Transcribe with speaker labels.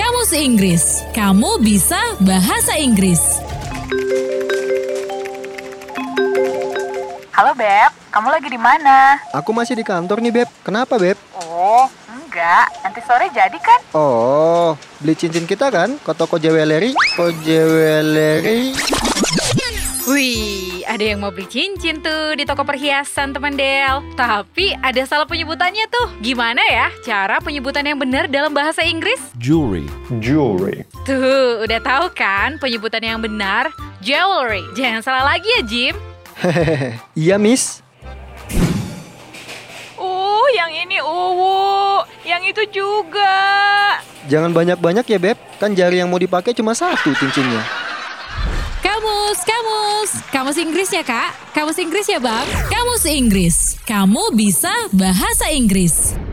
Speaker 1: Kamus Inggris. Kamu bisa bahasa Inggris.
Speaker 2: Halo Beb, kamu lagi di mana?
Speaker 3: Aku masih di kantor nih, Beb. Kenapa, Beb?
Speaker 2: Oh, enggak. Nanti sore jadi kan?
Speaker 3: Oh, beli cincin kita kan ke toko jeweleri. Toko jeweleri.
Speaker 4: Wih, ada yang mau beli cincin tuh di toko perhiasan teman Del. Tapi ada salah penyebutannya tuh. Gimana ya cara penyebutan yang benar dalam bahasa Inggris?
Speaker 5: jewelry,
Speaker 6: jewelry,
Speaker 4: Tuh, udah tahu kan penyebutan yang benar? Jewelry. Jangan salah lagi ya, Jim.
Speaker 3: Iya, Miss.
Speaker 2: Uh, yang ini uwu, yang itu juga.
Speaker 3: Jangan banyak-banyak ya, Beb. Kan jari yang mau dipakai cuma satu cincinnya.
Speaker 1: Kamus, kamus. Kamus Inggris ya, Kak? Kamus Inggris ya, Bang? Kamus Inggris. Kamu bisa bahasa Inggris.